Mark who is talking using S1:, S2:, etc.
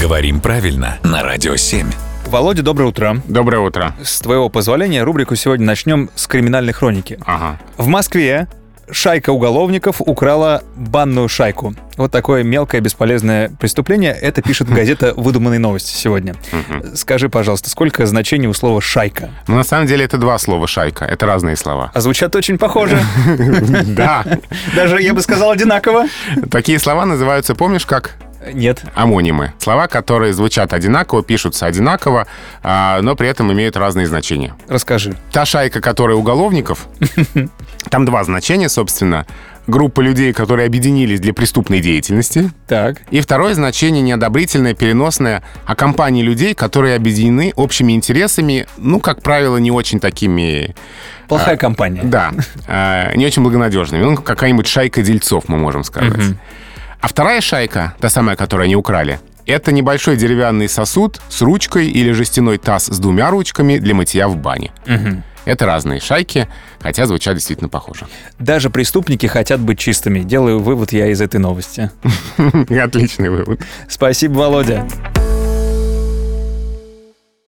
S1: Говорим правильно на Радио 7.
S2: Володя, доброе утро.
S3: Доброе утро.
S2: С твоего позволения рубрику сегодня начнем с криминальной хроники.
S3: Ага.
S2: В Москве шайка уголовников украла банную шайку. Вот такое мелкое бесполезное преступление. Это пишет газета «Выдуманные новости» сегодня. Скажи, пожалуйста, сколько значений у слова «шайка»?
S3: Ну, на самом деле, это два слова «шайка». Это разные слова.
S2: А звучат очень похоже.
S3: Да.
S2: Даже, я бы сказал, одинаково.
S3: Такие слова называются, помнишь, как
S2: Нет.
S3: амонимы. Слова, которые звучат одинаково, пишутся одинаково, а, но при этом имеют разные значения.
S2: Расскажи.
S3: Та шайка, которая уголовников, там два значения, собственно. Группа людей, которые объединились для преступной деятельности.
S2: Так.
S3: И второе значение неодобрительное, переносное о компании людей, которые объединены общими интересами, ну, как правило, не очень такими
S2: Плохая компания.
S3: Да, э, не очень благонадежными. Ну, какая-нибудь шайка дельцов, мы можем сказать. А вторая шайка, та самая, которую они украли, это небольшой деревянный сосуд с ручкой или жестяной таз с двумя ручками для мытья в бане. Это разные шайки, хотя звучат действительно похоже.
S2: Даже преступники хотят быть чистыми. Делаю вывод я из этой новости.
S3: Отличный вывод.
S2: Спасибо, Володя.